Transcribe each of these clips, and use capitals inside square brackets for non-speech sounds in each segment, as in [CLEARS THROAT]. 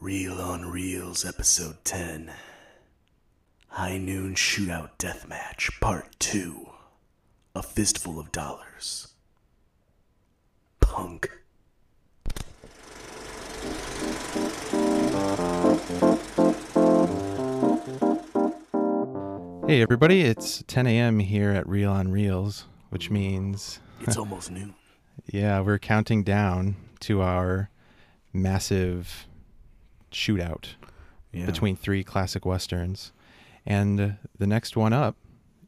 Reel on Reels, Episode 10. High Noon Shootout Deathmatch, Part 2. A Fistful of Dollars. Punk. Hey everybody, it's 10 a.m. here at Reel on Reels, which means, It's almost noon. yeah, we're counting down to our massive shootout Yeah. between three classic westerns. And the next one up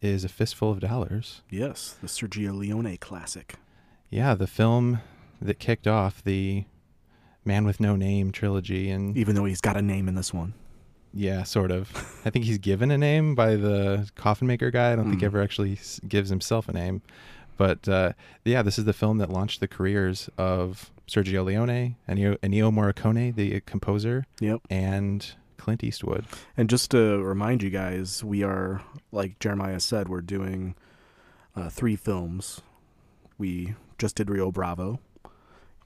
is A Fistful of Dollars. Yes, the Sergio Leone classic. Yeah, the film that kicked off the Man with No Name trilogy. And Even though he's got a name in this one. yeah, sort of. I think he's given a name by the coffin maker guy. I don't think Hmm. he ever actually s- gives himself a name. But uh, yeah, this is the film that launched the careers of Sergio Leone, Ennio, Ennio Morricone, the composer, Yep. and Clint Eastwood. And just to remind you guys, we are, like Jeremiah said, we're doing uh, three films. We just did Rio Bravo.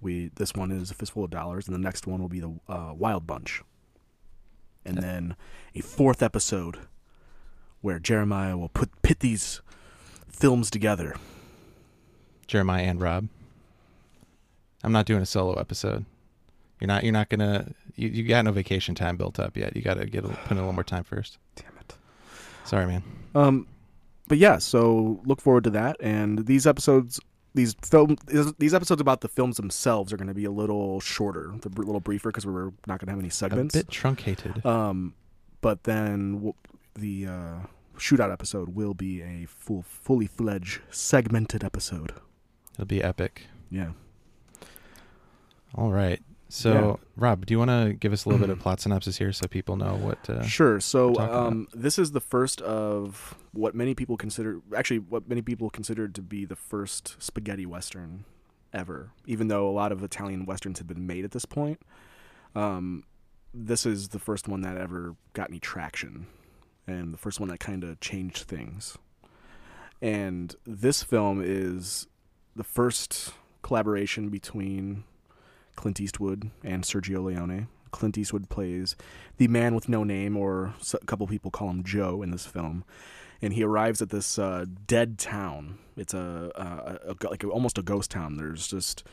We this one is a fistful of dollars, and the next one will be the uh, Wild Bunch, and then a fourth episode where Jeremiah will put pit these films together. Jeremiah and Rob. I'm not doing a solo episode. You're not. You're not gonna. You, you got no vacation time built up yet. You got to get a, put in a little more time first. Damn it. Sorry, man. Um, but yeah, so look forward to that. And these episodes, these film, these episodes about the films themselves are going to be a little shorter, a br- little briefer because we're not going to have any A segments. bit truncated. Um, but then w- the uh, shootout episode will be a full, fully fledged segmented episode. It'll be epic. Yeah. All right. So, Rob, do you want to give us a little [CLEARS THROAT] bit of plot synopsis here so people know what? Uh, Sure. we're So talking about. um, this is the first of what many people consider, actually, what many people considered to be the first spaghetti western ever. Even though a lot of Italian westerns had been made at this point, um, this is the first one that ever got any traction, and the first one that kind of changed things. And this film is the first collaboration between Clint Eastwood and Sergio Leone. Clint Eastwood plays the man with no name, or s- a couple people call him Joe in this film, and he arrives at this uh, dead town. It's a, a, a, a like almost a ghost town. There's just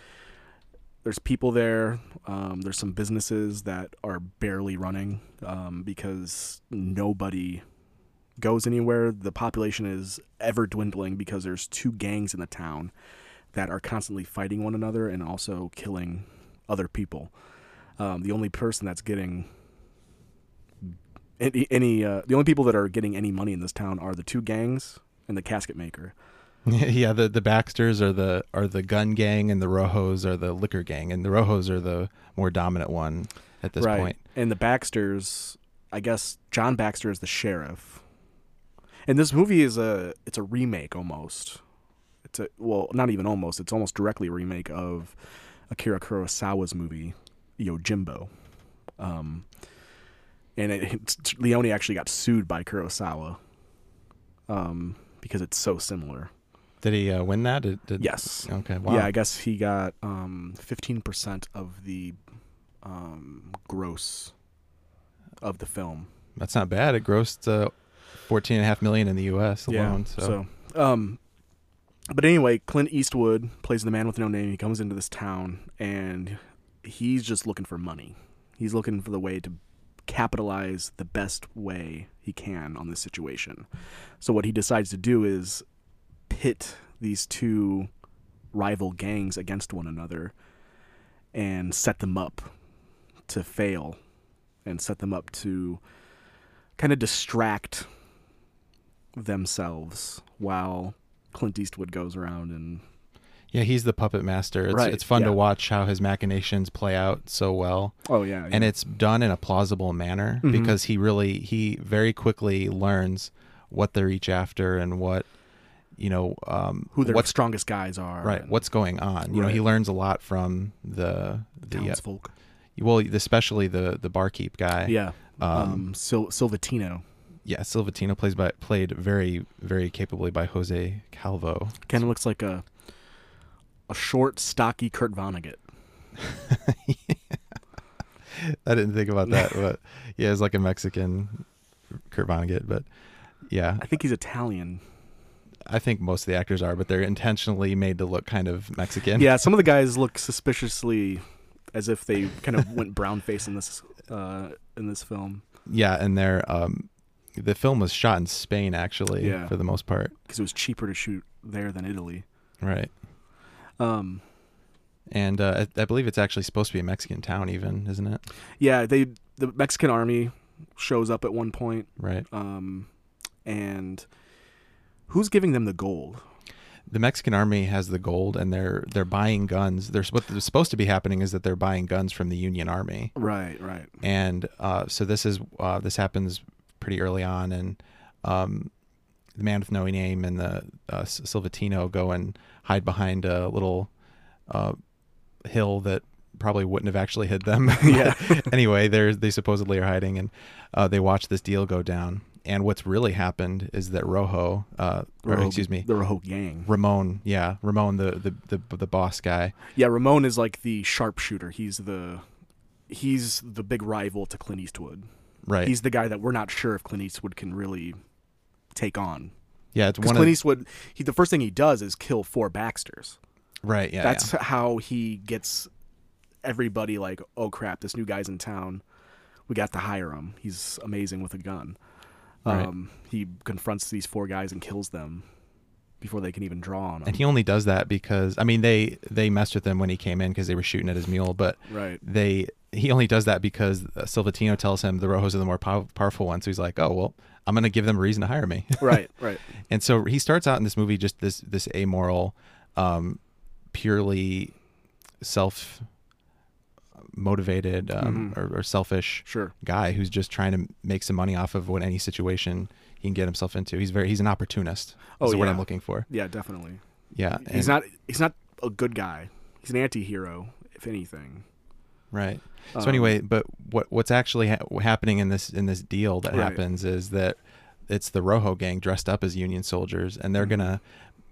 there's people there. Um, there's some businesses that are barely running um, because nobody goes anywhere. The population is ever dwindling because there's two gangs in the town that are constantly fighting one another and also killing other people. Um, the only person that's getting any, any uh, the only people that are getting any money in this town are the two gangs and the casket maker. [LAUGHS] yeah, the the Baxters are the are the gun gang, and the Rojos are the liquor gang, and the Rojos are the more dominant one at this point. And the Baxters, I guess John Baxter is the sheriff. And this movie is a it's a remake almost. It's a well, not even almost. It's almost directly a remake of Akira Kurosawa's movie Yojimbo. Um, and it, it's- Leone actually got sued by Kurosawa um, because it's so similar. Did he uh, win that? Did, did- Yes. Okay. Wow. Yeah, I guess he got um, 15% of the um, gross of the film. That's not bad. It grossed uh, fourteen and a half million in the U.S. alone. so. so, um, but anyway, Clint Eastwood plays the man with no name. He comes into this town and he's just looking for money. He's looking for the way to capitalize the best way he can on this situation. So what he decides to do is pit these two rival gangs against one another and set them up to fail and set them up to kind of distract themselves while Clint Eastwood goes around and yeah, he's the puppet master. It's, Right, it's fun to yeah. watch how his machinations play out so well. oh yeah, and it's done in a plausible manner Mhm. because he really he very quickly learns what they're each after and what you know um who their what's strongest guys are right and what's going on you know he Right. learns a lot from the the uh, townsfolk well especially the the barkeep guy yeah um, um Sil- Silvatino yeah Silvatino plays by played very very capably by Jose Calvo [LAUGHS] kind of looks like a a short stocky Kurt Vonnegut I didn't think [LAUGHS] about that, but yeah, it's like a Mexican Kurt Vonnegut, but yeah, I think he's Italian. I think most of the actors are, but they're intentionally made to look kind of Mexican. Yeah, some of the guys look suspiciously as if they kind of [LAUGHS] went brown face in this uh, in this film yeah, and they're um, the film was shot in Spain actually Yeah. for the most part, because it was cheaper to shoot there than Italy. right? Um, And uh, I, I believe it's actually supposed to be a Mexican town, even, isn't it? yeah, they the Mexican army shows up at one point, Right. um, and who's giving them the gold? The Mexican army has the gold, and they're they're buying guns. There's what's supposed to be happening is that they're buying guns from the Union Army. Right, right. and uh, so this is uh, this happens pretty early on, and um, the man with no name and the uh, S- Silvatino go and hide behind a little uh, hill that probably wouldn't have actually hid them. [LAUGHS] Yeah. anyway, they they supposedly are hiding, and uh, they watch this deal go down. And what's really happened is that Rojo, uh, or Rojo- excuse me, the Rojo gang. Ramon, yeah, Ramon, the the the, the boss guy, Yeah, Ramon is like the sharpshooter. He's the he's the big rival to Clint Eastwood. right? He's the guy that we're not sure if Clint Eastwood can really take on. yeah, it's Because one Clint of Eastwood, he, the first thing he does is kill four Baxters. right, yeah, yeah. That's how he gets everybody like, oh crap, this new guy's in town. We got to hire him. He's amazing with a gun. Right. Um, he confronts these four guys and kills them before they can even draw on him. and he only does that because I mean they they messed with him when he came in because they were shooting at his mule, but [LAUGHS] right. they he only does that because uh, Silvatino tells him the Rojos are the more pow- powerful ones. So he's like, oh well, I'm gonna give them a reason to hire me. [LAUGHS] Right. Right. and so he starts out in this movie just this this amoral, um, purely self motivated um, Mm-hmm. or, or selfish Sure. guy who's just trying to make some money off of what any situation he can get himself into. He's very he's an opportunist. Oh, is what yeah. I'm looking for. Yeah. Definitely. Yeah, he's not. and- He's not a good guy. He's an anti-hero, if anything. Right. So Um, anyway, but what what's actually ha- happening in this in this deal that Right. happens is that it's the Rojo gang dressed up as Union soldiers, and Mm-hmm. they're gonna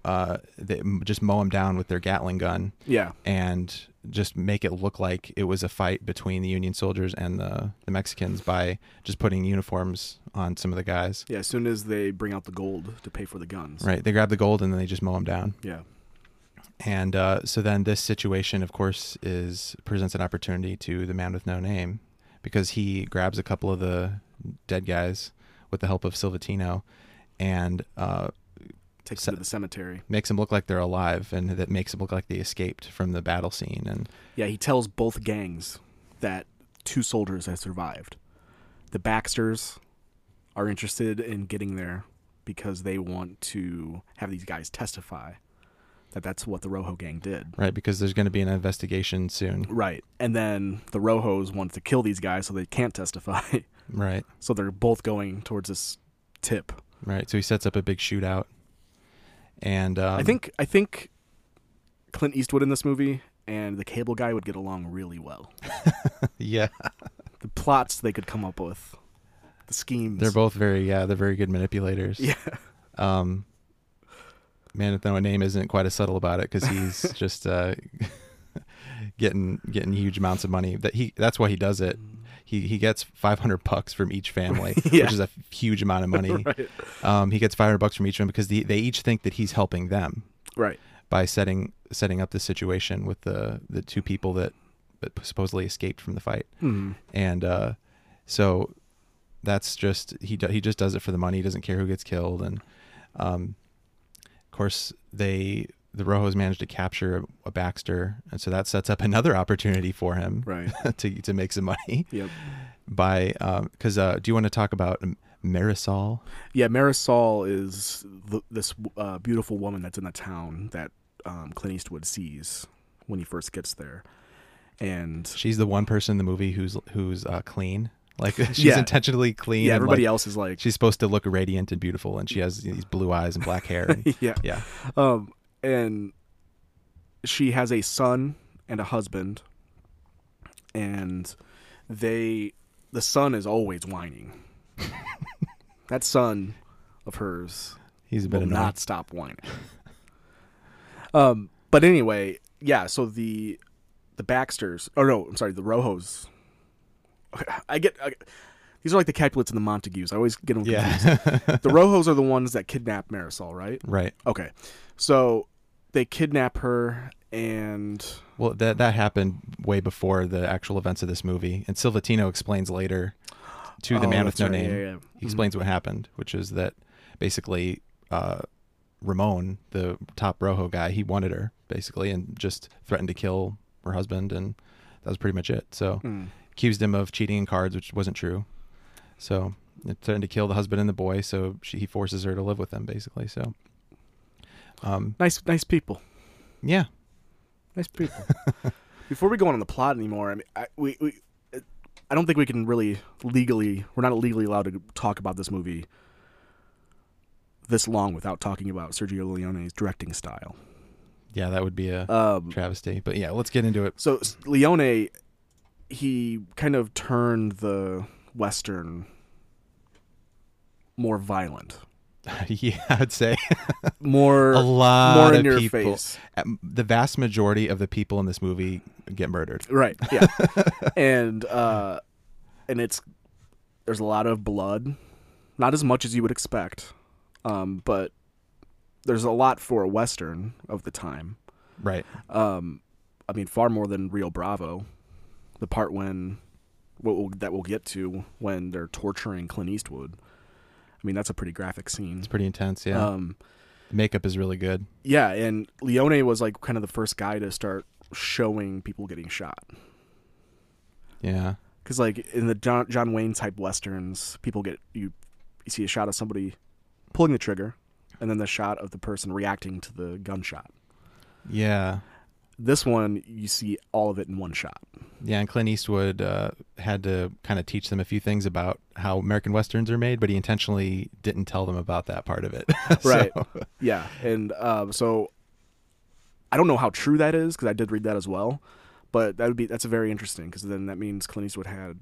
uh, they, m- just mow them down with their Gatling gun Yeah. and just make it look like it was a fight between the Union soldiers and the, the Mexicans by just putting uniforms on some of the guys. Yeah. As soon as they bring out the gold to pay for the guns. Right. They grab the gold and then they just mow them down. Yeah. And uh, so then this situation, of course, is presents an opportunity to the man with no name because he grabs a couple of the dead guys with the help of Silvatino and uh, Takes Se- them to the cemetery. makes them look like they're alive and that makes them look like they escaped from the battle scene. And Yeah. He tells both gangs that two soldiers have survived. The Baxters are interested in getting there because they want to have these guys testify that that's what the Rojo gang did. right because there's going to be an investigation soon, Right. And then the Rojos want to kill these guys so they can't testify. [LAUGHS] right? so they're both going towards this tip. Right. So he sets up a big shootout. And um, I think I think Clint Eastwood in this movie and the cable guy would get along really well. [LAUGHS] yeah, The plots they could come up with, the schemes. they're both very yeah they're very good manipulators. yeah, um man with no name isn't quite as subtle about it because [LAUGHS] he's just uh [LAUGHS] getting getting huge amounts of money that he that's why he does it he he gets 500 bucks from each family Mm. [LAUGHS] Yeah. which is a huge amount of money [LAUGHS] right, um he gets 500 bucks from each one because the, they each think that he's helping them right, by setting setting up this situation with the the two people that, that supposedly escaped from the fight Mhm. and uh, so that's just he do, he just does it for the money. He doesn't care who gets killed, and um, of course they the Rojos managed to capture a Baxter, and so that sets up another opportunity for him right. [LAUGHS] to to make some money Yep. by because uh, do you want to talk about Marisol? Yeah, Marisol is the, this uh, beautiful woman that's in the town that um, Clint Eastwood sees when he first gets there, and She's the one person in the movie who's who's uh, clean. Like [LAUGHS] she's Yeah. intentionally clean. yeah, and, everybody like, else is like, She's supposed to look radiant and beautiful, and she has these blue eyes and black hair. And, [LAUGHS] yeah, yeah, Um, and she has a son and a husband, and they the son is always whining. that son of hers he's a bit will annoying. not stop whining. [LAUGHS] um, but anyway, yeah. So the the Baxters, oh no, I'm sorry, the Rojos I get I, these are like the Capulets and the Montagues. I always get [LAUGHS] them confused. yeah. [LAUGHS] The Rojos are the ones that kidnap Marisol, right? right. Okay, so they kidnap her and Well, that that happened way before the actual events of this movie, and Silvatino explains later to the Oh, man with that's no right, yeah, name. Mm-hmm. yeah. He explains what happened, which is that basically uh, Ramon, the top Rojo guy, he wanted her basically, and just threatened to kill her husband, and that was pretty much it. So Mm. accused him of cheating in cards, which wasn't true. So it threatened to kill the husband and the boy. So she, he forces her to live with them basically. So um, nice nice people. yeah, Nice [LAUGHS] people. Before we go on, on the plot anymore, I mean, I, we, we, I don't think we can really legally, we're not legally allowed to talk about this movie this long without talking about Sergio Leone's directing style. yeah, that would be a Um, travesty. But yeah, let's get into it. so S- Leone, he kind of turned the western more violent, [LAUGHS] yeah, I'd say more a [LAUGHS] lot more of in your people. face. Um, The vast majority of the people in this movie get murdered. Right. Yeah. and uh and it's there's a lot of blood. Not as much as you would expect. Um but there's a lot for a western of the time. Right. Um I mean far more than Rio Bravo. The part when what we'll, that we'll get to when they're torturing Clint Eastwood. I mean that's a pretty graphic scene. It's pretty intense. Yeah. Um The Makeup is really good. yeah, and Leone was like kind of the first guy to start showing people getting shot. Yeah. because like in the John, John Wayne type westerns, people get you you see a shot of somebody pulling the trigger, and then the shot of the person reacting to the gunshot. Yeah. This one you see all of it in one shot. Yeah, and Clint Eastwood uh, had to kind of teach them a few things about how American westerns are made, but he intentionally didn't tell them about that part of it. [LAUGHS] So, Right. Yeah, and um, so I don't know how true that is because I did read that as well, but that would be that's very interesting because then that means Clint Eastwood had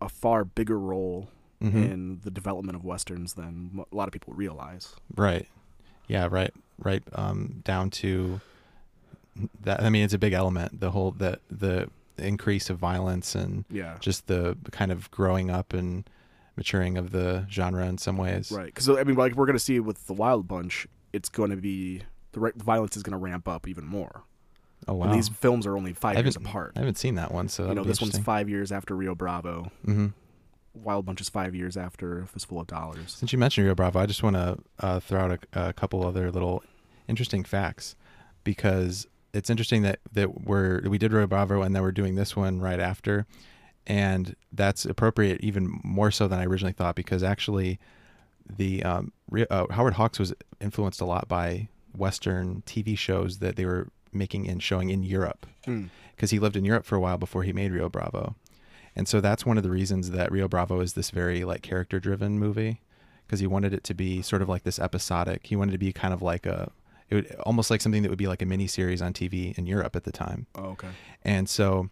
a far bigger role mhm, in the development of westerns than a lot of people realize. Right. Yeah. Right. Right. Um, down to that. I mean, it's a big element. The whole the the increase of violence and Yeah, just the kind of growing up and maturing of the genre in some ways. Right, because I mean, like we're gonna see with the Wild Bunch, it's going to be the ra- violence is going to ramp up even more. Oh wow. And these films are only five I years haven't- apart. I haven't seen that one, so You that'd know, be this one's interesting. five years after Rio Bravo. hmm Wild Bunch is five years after A Fistful of Dollars. Since you mentioned Rio Bravo, I just want to uh, throw out a, a couple other little interesting facts because it's interesting that that we're we did Rio Bravo and then we're doing this one right after, and that's appropriate even more so than I originally thought because actually, the um, Rio, uh, Howard Hawks was influenced a lot by Western TV shows that they were making and showing in Europe Mm. because he lived in Europe for a while before he made Rio Bravo. And so that's one of the reasons that Rio Bravo is this very like character driven movie because he wanted it to be sort of like this episodic. He wanted it to be kind of like a it would almost like something that would be like a mini series on TV in Europe at the time. Oh, okay. And so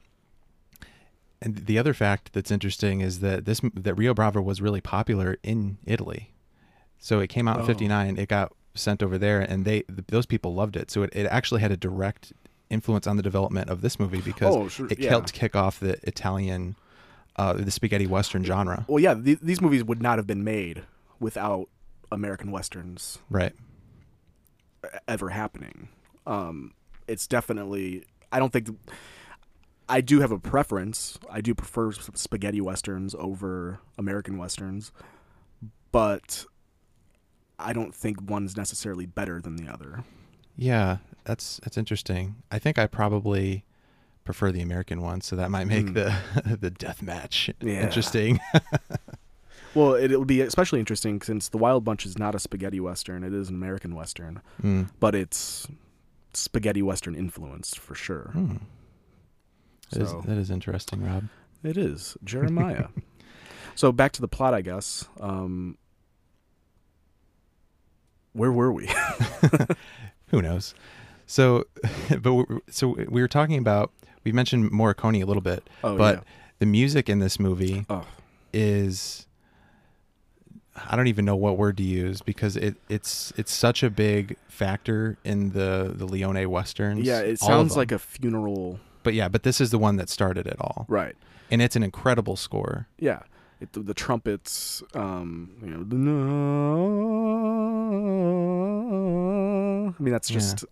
and the other fact that's interesting is that this that Rio Bravo was really popular in Italy. So it came out Oh. in 59, it got sent over there and they th- those people loved it. So it, it actually had a direct influence on the development of this movie because Oh, sure. it yeah. helped kick off the Italian, uh, the spaghetti western genre. Well, yeah, th- these movies would not have been made without American westerns Right. e- ever happening. Um, it's definitely. I don't think. I do have a preference. I do prefer s- spaghetti westerns over American westerns, but I don't think one's necessarily better than the other. Yeah, that's that's interesting. I think I probably prefer the American one, so that might make Hmm. the [LAUGHS] the death match Yeah. interesting. Well, it, it'll be especially interesting since The Wild Bunch is not a spaghetti western; it is an American western, Mm. but it's spaghetti western influenced for sure. Hmm. That is- So- that is interesting, Rob. It is Jeremiah. so back to the plot, I guess. Um, where were we? [LAUGHS] Who knows? So, [LAUGHS] but we so we were talking about we mentioned Morricone a little bit, Oh, but the music in this movie Oh. is I don't even know what word to use because it it's it's such a big factor in the the Leone westerns. yeah, it all of sounds them. like a funeral, But yeah, but this is the one that started it all. right? and it's an incredible score. Yeah, it, the, the trumpets, um, you know, the na- I mean, that's Yeah. just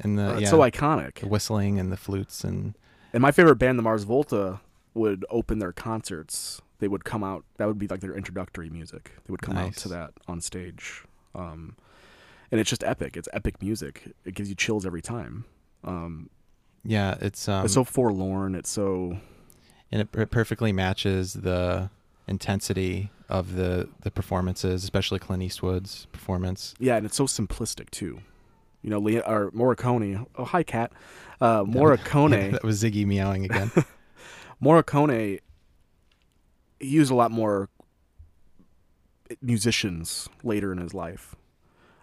And the uh, yeah, so the iconic. whistling and the flutes and And my favorite band, the Mars Volta, would open their concerts. They would come out. That would be like their introductory music. They would come out Nice. to that on stage, um, and it's just epic. It's epic music. It gives you chills every time. Um, yeah, it's um it's so forlorn. It's so and it, it perfectly matches the intensity of the the performances, especially Clint Eastwood's performance. Yeah, and it's so simplistic too. You know, Lea- or Morricone. Oh, hi, cat. Uh, [LAUGHS] Morricone. that was Ziggy [LAUGHS] meowing again. Morricone. He used a lot more musicians later in his life.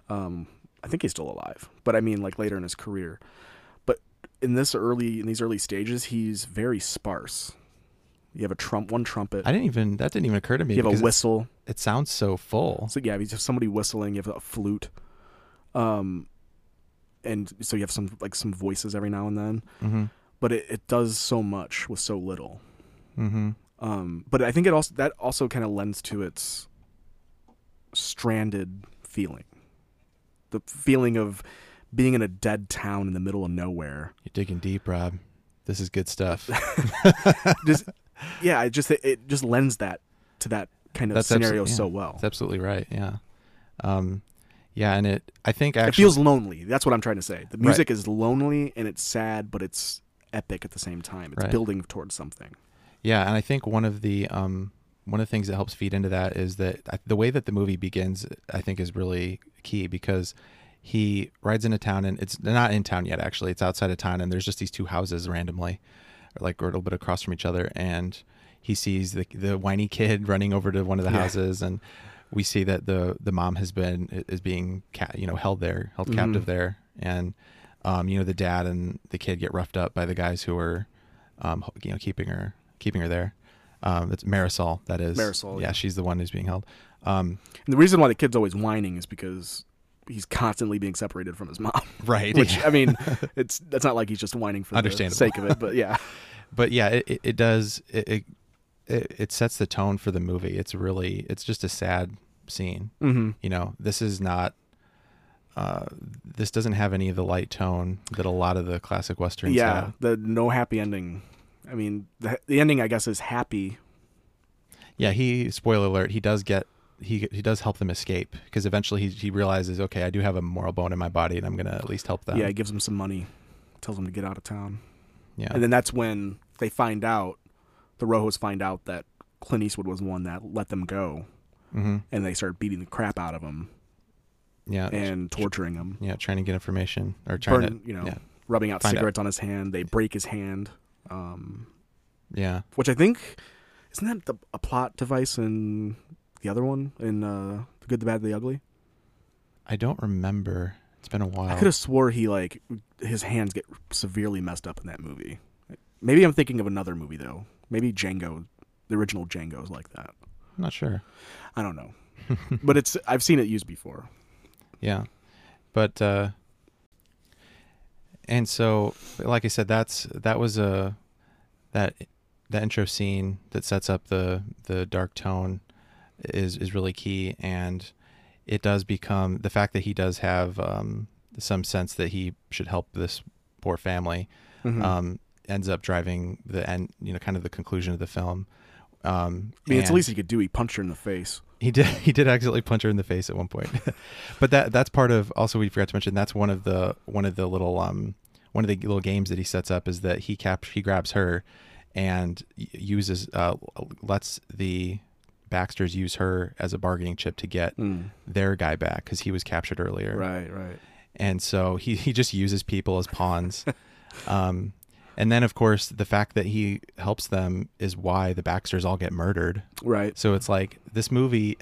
Um, I think he's still alive, but I mean, like later in his career. But in this early, in these early stages, he's very sparse. You have a trump, one trumpet. I didn't even that didn't even occur to me. You have a because it- whistle. It, sounds so full. So yeah, you have somebody whistling, you have a flute, um, and so you have some like some voices every now and then. Mm-hmm. But it, it does so much with so little. Mm-hmm. Um, but I think it also that also kind of lends to its stranded feeling, the feeling of being in a dead town in the middle of nowhere. You're digging deep, Rob. This is good stuff. [LAUGHS] Just yeah, it just it, it just lends that to that kind of That's abso- scenario yeah. so well. That's absolutely right. Yeah. Um, yeah, and it. I think actually, it feels lonely. That's what I'm trying to say. The music is lonely and it's sad, but it's epic at the same time. It's Right. building towards something. Yeah, and I think one of the um, one of the things that helps feed into that is that I, the way that the movie begins, I think, is really key because he rides into town and it's they're not in town yet. Actually, it's outside of town, and there's just these two houses randomly, like a little bit across from each other, and he sees the the whiny kid [LAUGHS] running over to one of the Yeah. houses and. We see that the the mom has been is being ca- you know held there, held captive there, and um, you know the dad and the kid get roughed up by the guys who are um, ho- you know keeping her keeping her there. Um, that's Marisol. That is Marisol, Yeah, yeah. she's the one who's being held. Um, And the reason why the kid's always whining is because he's constantly being separated from his mom. [LAUGHS] right. Which yeah. I [LAUGHS] mean, it's that's not like he's just whining for the Understandable. sake of it, but yeah, But yeah, it, it, it does. It, it it it sets the tone for the movie. It's really it's just a sad scene. mm-hmm. You know, this is not. Uh, this doesn't have any of the light tone that a lot of the classic westerns yeah. have. The no happy ending. I mean, the, the ending I guess is happy. Yeah, he spoiler alert, he does get he he does help them escape because eventually he he realizes, okay, I do have a moral bone in my body and I'm going to at least help them. Yeah, he gives him some money, tells him to get out of town, Yeah. and then that's when they find out, the Rojos find out that Clint Eastwood was the one that let them go, hmm and they start beating the crap out of him Yeah. and torturing him, yeah, trying to get information or trying burn, to you know, yeah. rubbing out Find out. cigarettes on his hand. They break his hand, um, yeah. which I think isn't that the, a plot device in the other one in uh, the Good, the Bad, the Ugly. I don't remember. It's been a I while. could have swore he like his hands get severely messed up in that movie. Maybe I'm thinking of another movie though. Maybe Django, the original Django is like that. I'm not sure. I don't know, but it's I've seen it used before. Yeah. But uh and so like I said that's that was a that that intro scene that sets up the the dark tone is is really key and it does become the fact that he does have um some sense that he should help this poor family Mhm. um ends up driving the end you know kind of the conclusion of the film um I mean, it's the and- least he could do. He punched her in the face. he [LAUGHS] did. He did accidentally punch her in the face at one point, [LAUGHS] but that that's part of. Also, we forgot to mention that's one of the one of the little um one of the little games that he sets up is that he cap he grabs her, and y- uses uh lets the Baxters use her as a bargaining chip to get Hmm. their guy back because he was captured earlier, Right, right. and so he he just uses people as pawns, um, and then of course the fact that he helps them is why the Baxters all get murdered. Right. So it's like this movie.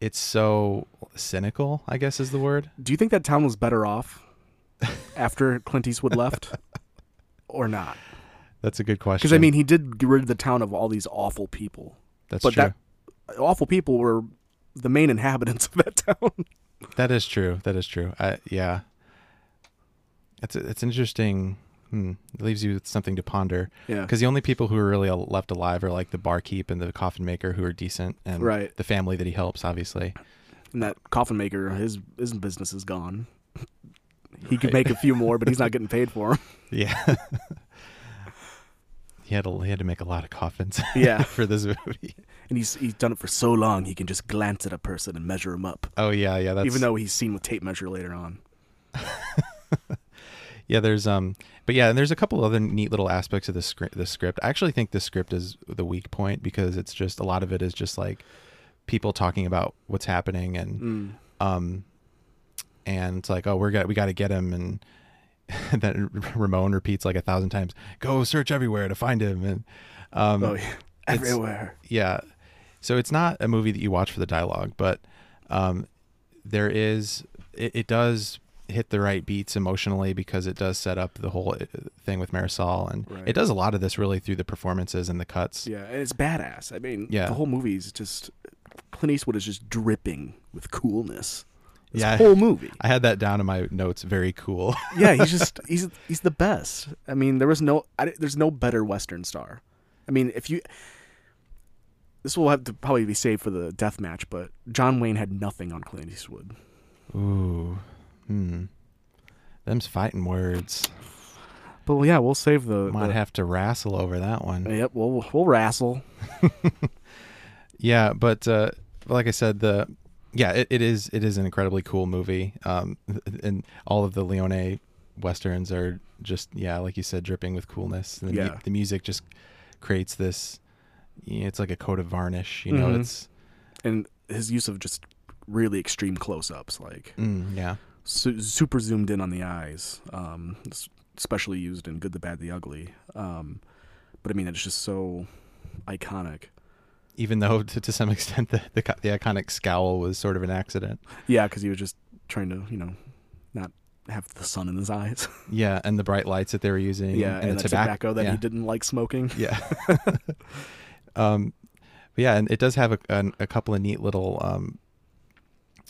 It's so cynical, I guess is the word. Do you think that town was better off after Clint Eastwood left or not? That's a good question. Because I mean, he did get rid of the town of all these awful people. that's but true. that- Awful people were the main inhabitants of that town. that is true. That is true. I, yeah, it's a, it's an interesting. Hmm. It leaves you with something to ponder. [LAUGHS] Yeah. Because the only people who are really al- left alive are like the barkeep and the coffin maker who are decent and Right. the family that he helps, obviously. And that coffin maker, his his business is gone. He could Right. make a few more, but he's not getting paid [LAUGHS] for them. Yeah. he, had a, he had to make a lot of coffins [LAUGHS] Yeah. for this movie. And he's he's done it for so long, he can just glance at a person and measure him up. Oh, yeah. Yeah. That's, Even though he's seen with tape measure later on. Yeah, there's um, but yeah, and there's a couple other neat little aspects of the script. The script, I actually think the script is the weak point because it's just a lot of it is just like people talking about what's happening and Mm. um, and it's like, oh, we're got we got to get him, and [LAUGHS] then Ramon repeats like a thousand times, go search everywhere to find him, and um, oh yeah. [LAUGHS] it's- Everywhere. yeah so it's not a movie that you watch for the dialogue but um there is it, it does hit the right beats emotionally because it does set up the whole uh, thing with marisol and Right. it does a lot of this really through the performances and the cuts Yeah, and it's badass. I mean, Yeah. the whole movie is just Clint Eastwood is just dripping with coolness. This Yeah. whole movie. i had that down in my notes very cool [LAUGHS] yeah, he's just [LAUGHS] he's he's the best. I mean, there was no I, di- there's no better Western star. I mean, if you this will have to probably be saved for the death match, but John Wayne had nothing on Clint Eastwood. ooh hmm them's fighting words But well, yeah, we'll save the. might the- have to wrestle over that one yep, we'll we'll wrestle. Yeah, but uh, like I said, the yeah, it, it is it is an incredibly cool movie, um, and all of the Leone westerns are just yeah, like you said, dripping with coolness. The, mu- Yeah. the music just creates this. you know, It's like a coat of varnish, you know. Mhm. It's And his use of just really extreme close-ups, like mm, yeah, su- super zoomed in on the eyes, um, s- especially used in Good, the Bad, the Ugly. Um, but I mean, it's just so iconic. even though [LAUGHS] to, to some extent the, the co- the iconic scowl was sort of an accident. Yeah, because he was just trying to, you know, not have the sun in his eyes. [LAUGHS] Yeah, and the bright lights that they were using. yeah, and, the tobac- tobacco, that yeah. he didn't like [LAUGHS] smoking. Yeah. [LAUGHS] um, but yeah, and it does have a, an, a couple of neat little um,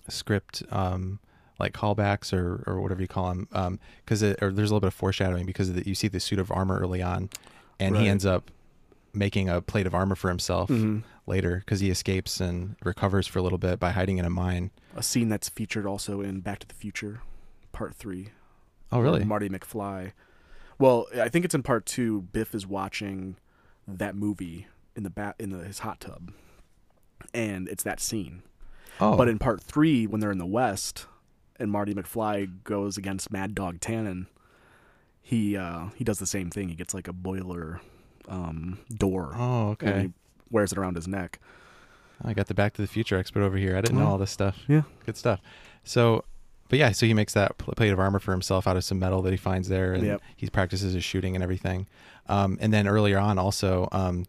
script um, like callbacks or, or whatever you call them, because it or there's a little bit of foreshadowing because of the, you see the suit of armor early on, and Right. he ends up making a plate of armor for himself later 'cause Mhm. later because he escapes and recovers for a little bit by hiding in a mine. A scene that's featured also in Back to the Future, Part Three. Oh, really? Marty McFly. Well, I think it's in Part Two. Biff is watching that movie in the bat in the, his hot tub, and it's that scene. oh, But in part three, when they're in the West, and Marty McFly goes against Mad Dog Tannen, he uh, he does the same thing. He gets like a boiler um, door oh, and he okay. wears it around his neck. I got the Back to the Future expert over here. I didn't know Oh. all this stuff. Yeah. good stuff. So, but yeah, so he makes that pl- plate of armor for himself out of some metal that he finds there, and Yep. he practices his shooting and everything. Um, and then earlier on, also um,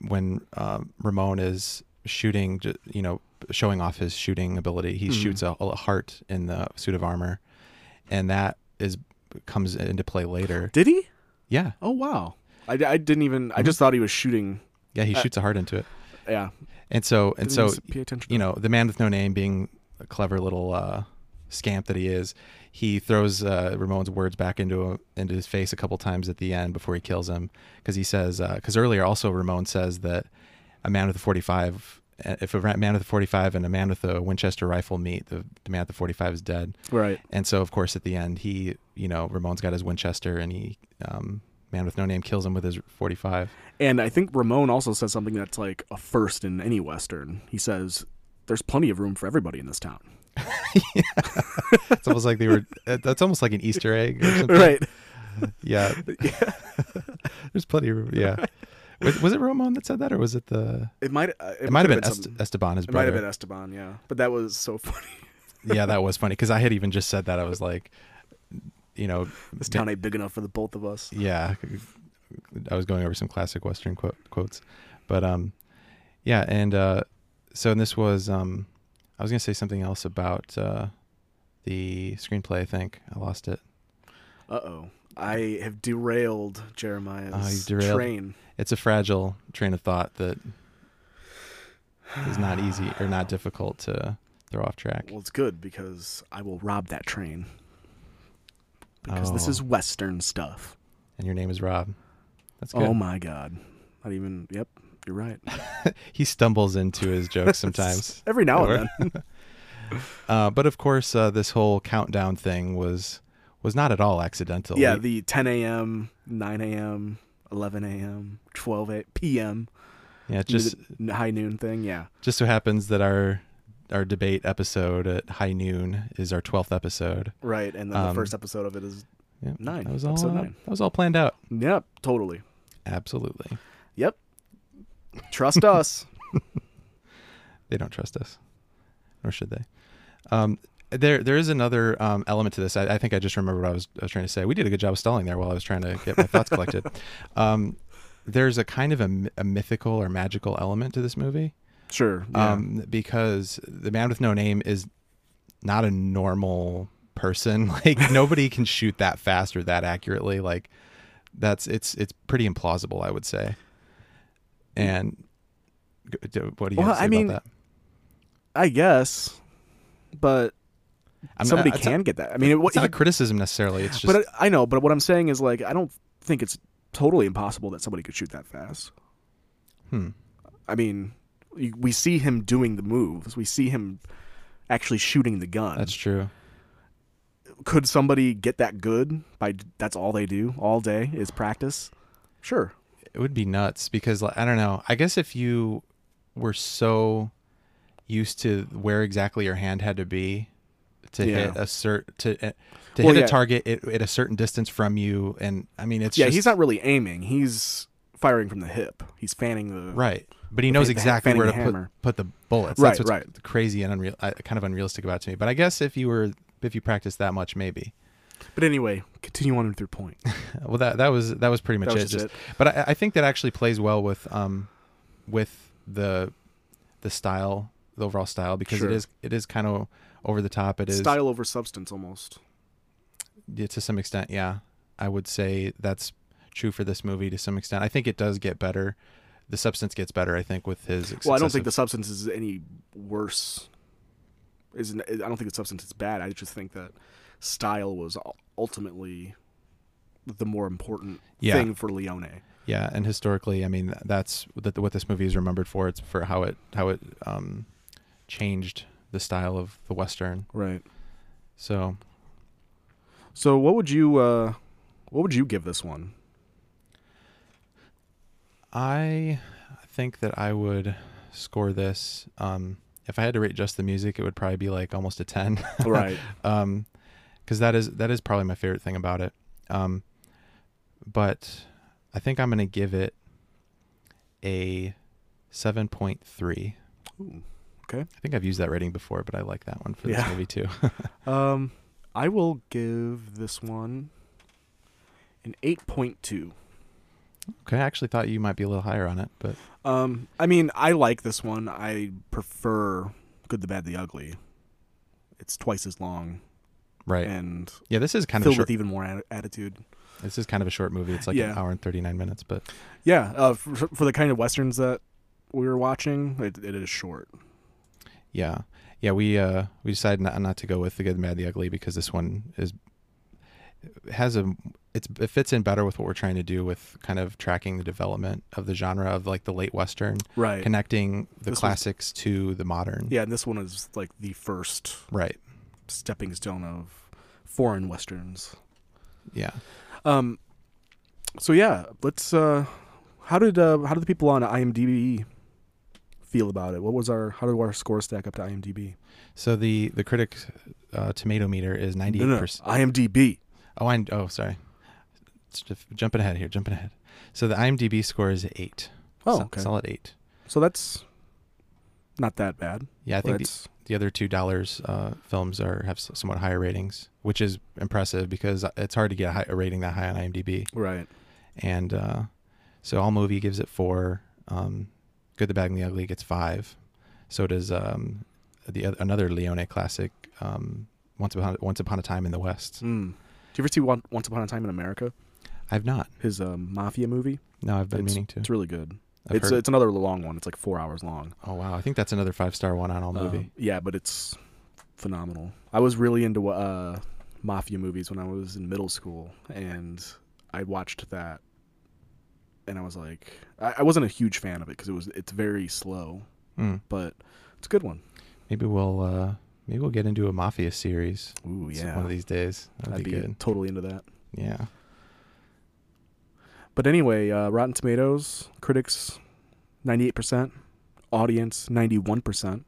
when um, Ramon is shooting, ju- you know, showing off his shooting ability, he Mhm. shoots a, a heart in the suit of armor, and that is comes into play later. Did he? Yeah, Oh wow! I, I didn't even. I just Mm-hmm. thought he was shooting. yeah, he Uh, shoots a heart into it, Yeah, and so and Didn't so s- pay attention. to you that. know, the man with no name being a clever little uh, scamp that he is, he throws uh, Ramon's words back into into his face a couple times at the end before he kills him, because he says, because earlier also Ramon says that a man with a forty five, if a ra- man with a forty five and a man with a Winchester rifle meet, the, the man with the forty five is dead. right? And so, of course, at the end, he, you know, Ramon's got his Winchester, and he, um, man with no name, kills him with his forty five. And I think Ramon also says something that's like a first in any western. He says, "There's plenty of room for everybody in [LAUGHS] this town." It's almost like they were. [LAUGHS] That's almost like an Easter egg. Or something. Right? Yeah. [LAUGHS] There's plenty of room. Yeah. Was, was it Ramon that said that, or was it the? It might. Uh, It, might have been, something- Est- Esteban, his It might brother. have been Esteban, yeah. But that was so [LAUGHS] funny. yeah, that was funny because I had even just said that. I was like, you know, This town ain't big enough for the both of us. yeah. I was going over some classic Western quote, quotes, but um, yeah, and uh, so and this was um, I was gonna say something else about uh, the screenplay. I think I lost it. Uh oh. I have derailed Jeremiah's Oh, you've derailed. train. It's a fragile train of thought that is not easy or not difficult to throw off track. Well, it's good because I will rob that train. Because this Oh. is Western stuff. and your name is Rob. That's good. Oh my god. Not even. Yep. You're right. he stumbles into his [LAUGHS] jokes sometimes. Every now and then. Uh, but of course, uh, this whole countdown thing was was not at all accidental. [LAUGHS] Yeah, We- the 10 a.m., 9 a.m., 11 a.m., 12 a- p.m. yeah. it Just n- high noon thing. Yeah. just so happens that our our debate episode at high noon is our twelfth episode. Right. And then the Um, first episode of it is Yeah, nine. That was all. episode uh, nine. That was all planned out. Yep. Totally. Absolutely. Yep. [LAUGHS] Trust us. They don't trust us, nor should they. Um, there, there is another um, element to this. I, I think I just remembered what I was, I was trying to say. We did a good job of stalling there while I was trying to get my [LAUGHS] thoughts collected. Um, there's a kind of a, m- a mythical or magical element to this movie Sure. yeah. um, because the man with no name is not a normal person. [LAUGHS] Like nobody can shoot that fast or that accurately. Like that's it's it's pretty implausible, I would say. And g- d- what do you Well, have to say I mean, about I guess. But that? I'm somebody not, it's can Not, get that. I mean, it, it's not a criticism necessarily. It's just but I, I know. But what I'm saying is, like, I don't think it's totally impossible that somebody could shoot that fast. hmm. I mean, you- we see him doing the moves. We see him actually shooting the gun. That's true. Could somebody get that good by that's all they do all day is practice? Sure. It would be nuts because like, I don't know. I guess if you were so used to where exactly your hand had to be to Yeah. hit a cert to eh, to Well, hit yeah. a target at, at a certain distance from you, and I mean it's yeah, just, he's not really aiming. He's firing from the hip. He's fanning the right, but he knows fan- the ha- exactly fanning where the to put, hammer. put the bullets. Right, That's what's right. crazy and unreal, uh, kind of unrealistic about it to me. But I guess if you were if you practiced that much, maybe. But anyway, continue on with your point. Well, that that was that was pretty much That was it. just Just, but I, I think that actually plays well with um, with the the style, the overall style, because Sure. it is it is kind of over the top. It is Style over substance, almost. yeah, to some extent. Yeah, I would say that's true for this movie to some extent. I think it does get better. The substance gets better, I think, with his. Well, I don't think successive- the substance is any worse. Isn't I don't think the substance is bad. I just think that style was ul- ultimately the more important Yeah. thing for Leone. Yeah, and historically, I mean, th- that's that what this movie is remembered for. It's for how it how it um, changed the style of the western. Right. So So what would you uh what would you give this [LAUGHS] one? I think that I would score this. Um, if I had to rate just the music, it would probably be like almost a ten, [LAUGHS] Right. um, because that is that is probably my favorite thing about it. Um, but I think I'm gonna give it a seven point three. Ooh. I think I've used that rating before, but I like that one for this Yeah. movie too. Um I will give this one an 8.2. okay, I actually thought you might be a little higher on it, but Um I mean, I like this one. I prefer Good the Bad the Ugly. It's twice as long right, and yeah, this is kind of a filled short. with even more atti- attitude. This is kind of a short movie. It's like Yeah. an hour and thirty nine minutes, but Yeah, uh, for, for the kind of westerns that we were watching, it, it is short. Yeah, yeah. We uh we decided not, not to go with the good, the mad, the ugly because this one is has a it's it fits in better with what we're trying to do with kind of tracking the development of the genre of like the late western, Right. connecting the This was- classics to the modern. yeah, and this one is like the first Right. stepping stone of foreign westerns. Yeah. Um, so yeah, let's. Uh, how did uh, how did the people on IMDb feel about it? What was our how did our score stack up to IMDb? So the the critic uh, tomato meter is ninety No, eight no, percent. IMDb. Oh, I oh sorry, It's just jumping ahead here, jumping ahead. So the IMDb score is eight. Oh, So- okay. solid eight. So that's not that bad. Yeah, I think the- That's- the other two dollars uh, films are have s- somewhat higher ratings, which is impressive because it's hard to get a, high, a rating that high on IMDb. right. And uh, so, all movie gives it four. Um, Good, the Bad, and the Ugly gets five. So does um, the oth- another Leone classic, um, Once Upon Once Upon a Time in the West. Mm. Do you ever see One- Once Upon a Time in America? I've not. His uh, mafia movie. No, I've been meaning to. It's really good. I've it's heard- it's another long one. It's like four hours long. oh wow, I think that's another five star one on all Um, movie. yeah, but it's phenomenal. I was really into uh, mafia movies when I was in middle school, and I watched that, and I was like, I, I wasn't a huge fan of it because it was it's very slow, Mm. but it's a good one. Maybe we'll uh, maybe we'll get into a mafia series Ooh s- one of these days. That'd I'd be, be, good. totally into that. Yeah. But anyway, uh, Rotten Tomatoes critics, ninety eight percent, audience ninety one percent.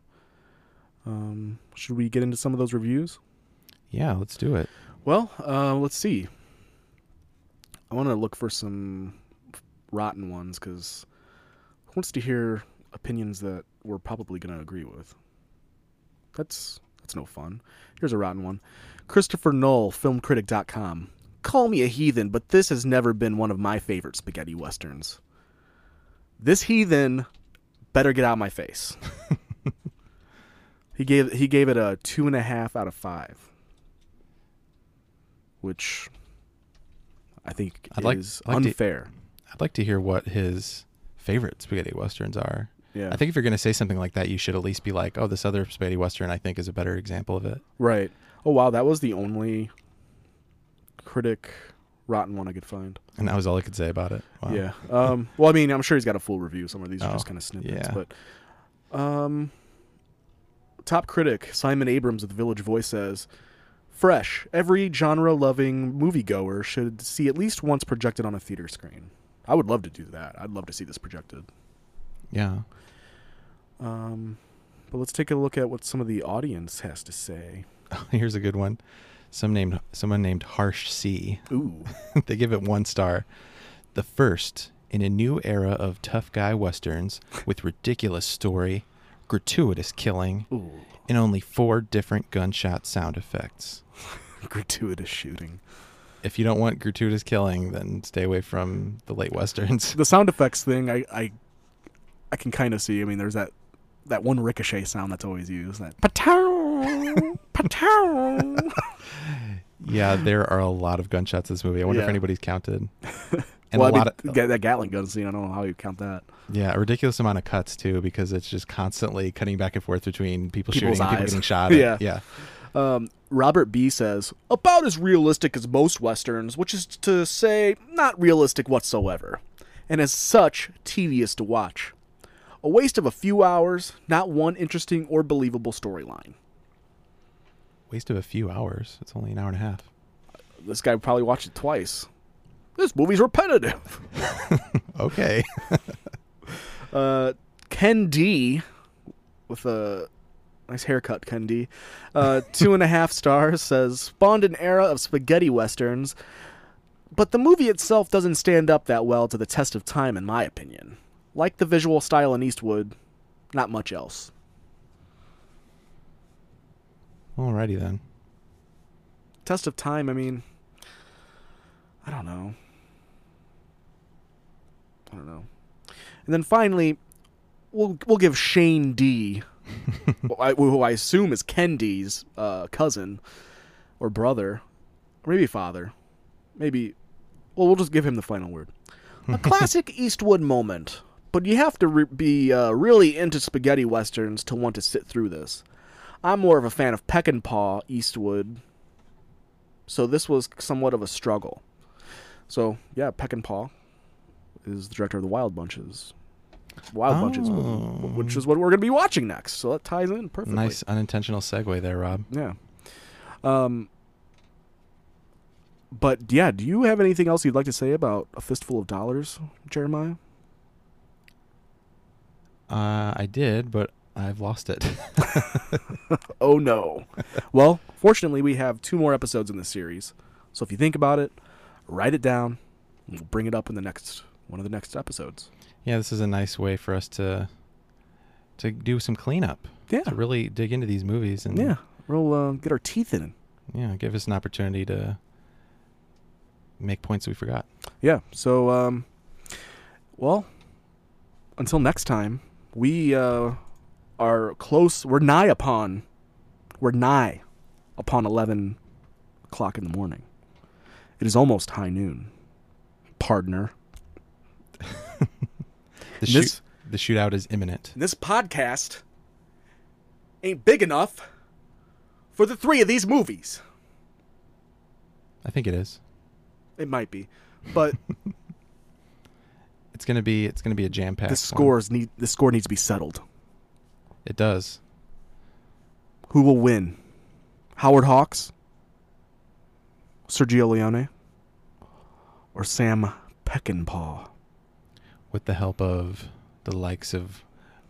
Um, should we get into some of those reviews? Yeah, let's do it. Well, uh, let's see. I want to look for some rotten ones because who wants to hear opinions that we're probably going to agree with? That's that's no fun. Here's a rotten one. Christopher Knoll, filmcritic.com. Call me a heathen, but this has never been one of my favorite spaghetti westerns. This heathen better get out of my [LAUGHS] face. he gave he gave it a two and a half out of five, which I think I'd like- is I'd like to- unfair. I'd like to hear what his favorite spaghetti westerns are. yeah, I think if you're going to say something like that, you should at least be like, "Oh, this other spaghetti western I think is a better example of it." right. Oh wow, that was the only critic rotten one I could find. And that was all I could say about it. Wow. Yeah. Um, well, I mean, I'm sure he's got a full review somewhere. These are Oh, just kind of snippets. yeah. But um, top critic Simon Abrams of the Village Voice says, "Fresh. Every genre-loving moviegoer should see at least once projected on a theater screen. I would love to do that. I'd love to see this projected. Yeah. [LAUGHS] Um, but let's take a look at what some of the audience has to say. Here's a good one. Some named someone named Harsh C. [LAUGHS] Ooh, they give it one star. The first in a new era of tough guy westerns with ridiculous story, gratuitous killing, ooh, and only four different gunshot sound effects. gratuitous shooting. If you don't want gratuitous killing, then stay away from the late westerns. [LAUGHS] the sound effects thing I I, I can kind of see. I mean, there's that that one ricochet sound that's always used. That patow, patow. yeah, there are a lot of gunshots in this movie. I wonder if Yeah. anybody's [LAUGHS] counted. [LAUGHS] And well, a I mean, lot of, ga- that Gatling gun scene. I don't know how you count that. yeah, a ridiculous amount of cuts too, because it's just constantly cutting back and forth between people People's shooting and people eyes. getting shot. [LAUGHS] Yeah. At. yeah. Um, Robert B says about as realistic as most westerns, which is to say, not realistic whatsoever, and as such, tedious to watch. A waste of a few hours, not one interesting or believable storyline. Waste of a few hours. It's only an hour and a half. This guy probably watched it twice. This movie's repetitive. Okay. [LAUGHS] Uh, Ken D, with a nice haircut, Ken D, uh, two and a half [LAUGHS] stars, says spawned an era of spaghetti westerns, but the movie itself doesn't stand up that well to the test of time, in my opinion. Like the visual style in Eastwood, not much else. Alrighty then. Test of time, I mean, I don't know. I don't know. And then finally, we'll we'll give Shane D, who I, who I assume is Ken D's uh, cousin or brother, or maybe father, maybe. Well, we'll just give him the final word. A classic Eastwood moment, but you have to re- be uh, really into spaghetti westerns to want to sit through this. I'm more of a fan of Peck and Paw Eastwood, so this was somewhat of a struggle. So yeah, Peck and Paw is the director of the Wild Bunches. Wild Bunches movie Oh. which is what we're going to be watching next. So that ties in perfectly. Nice unintentional segue there, Rob. Yeah. Um. But yeah, do you have anything else you'd like to say about a fistful of dollars, Jeremiah? Uh, I did, but I've lost it. [LAUGHS] Oh no. [LAUGHS] well, fortunately, we have two more episodes in this series. So if you think about it, write it down, and we'll bring it up in the next one of the next episodes. yeah, this is a nice way for us to to do some cleanup, Yeah. to really dig into these movies, and Yeah. We'll uh, get our teeth in. yeah, give us an opportunity to make points we forgot. Yeah. So, um, well, until next time, we uh, are close. We're nigh upon. We're nigh upon 11 o'clock in the morning. It is almost high noon, partner. The, This- shoot, the shootout is imminent. This podcast ain't big enough for the three of these movies. I think it is. It might be. But It's gonna be it's gonna be a jam packed. the scores need the score needs to be settled. It does. Who will win? Howard Hawks, Sergio Leone, or Sam Peckinpah? with the help of the likes of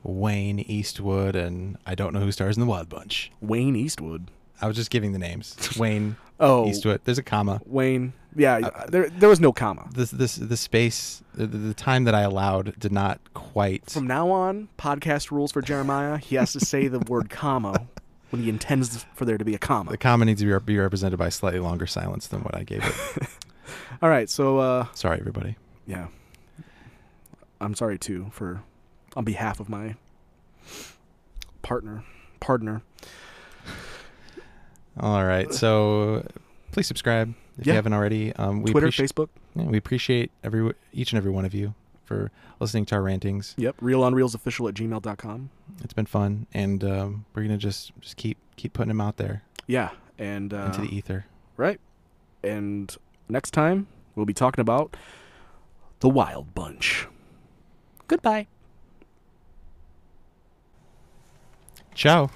Wayne Eastwood and I don't know who stars in the Wild Bunch. Wayne Eastwood. I was just giving the names. [LAUGHS] Wayne Oh, Eastwood. Uh, There's a comma. Wayne. Yeah, there there was no comma. This this the space the, the- the time that I allowed did not quite. From now on, podcast rules for Jeremiah. He has to say [LAUGHS] the word comma when he intends for there to be a comma. the comma needs to be, rep- be represented by slightly longer silence than what I gave [LAUGHS] it. All right, so uh, Sorry, everybody. yeah, I'm sorry too for on behalf of my partner, partner. All right. So please subscribe if Yeah. you haven't already. Um, we Twitter, appreciate Facebook. yeah, we appreciate every each and every one of you for listening to our rantings. Yep, realonrealsofficial at gmail.com. It's been fun, and um, we're gonna just just keep keep putting them out there Yeah, and uh, into the e- ether. right, and next time we'll be talking about the Wild Bunch. Goodbye. Ciao.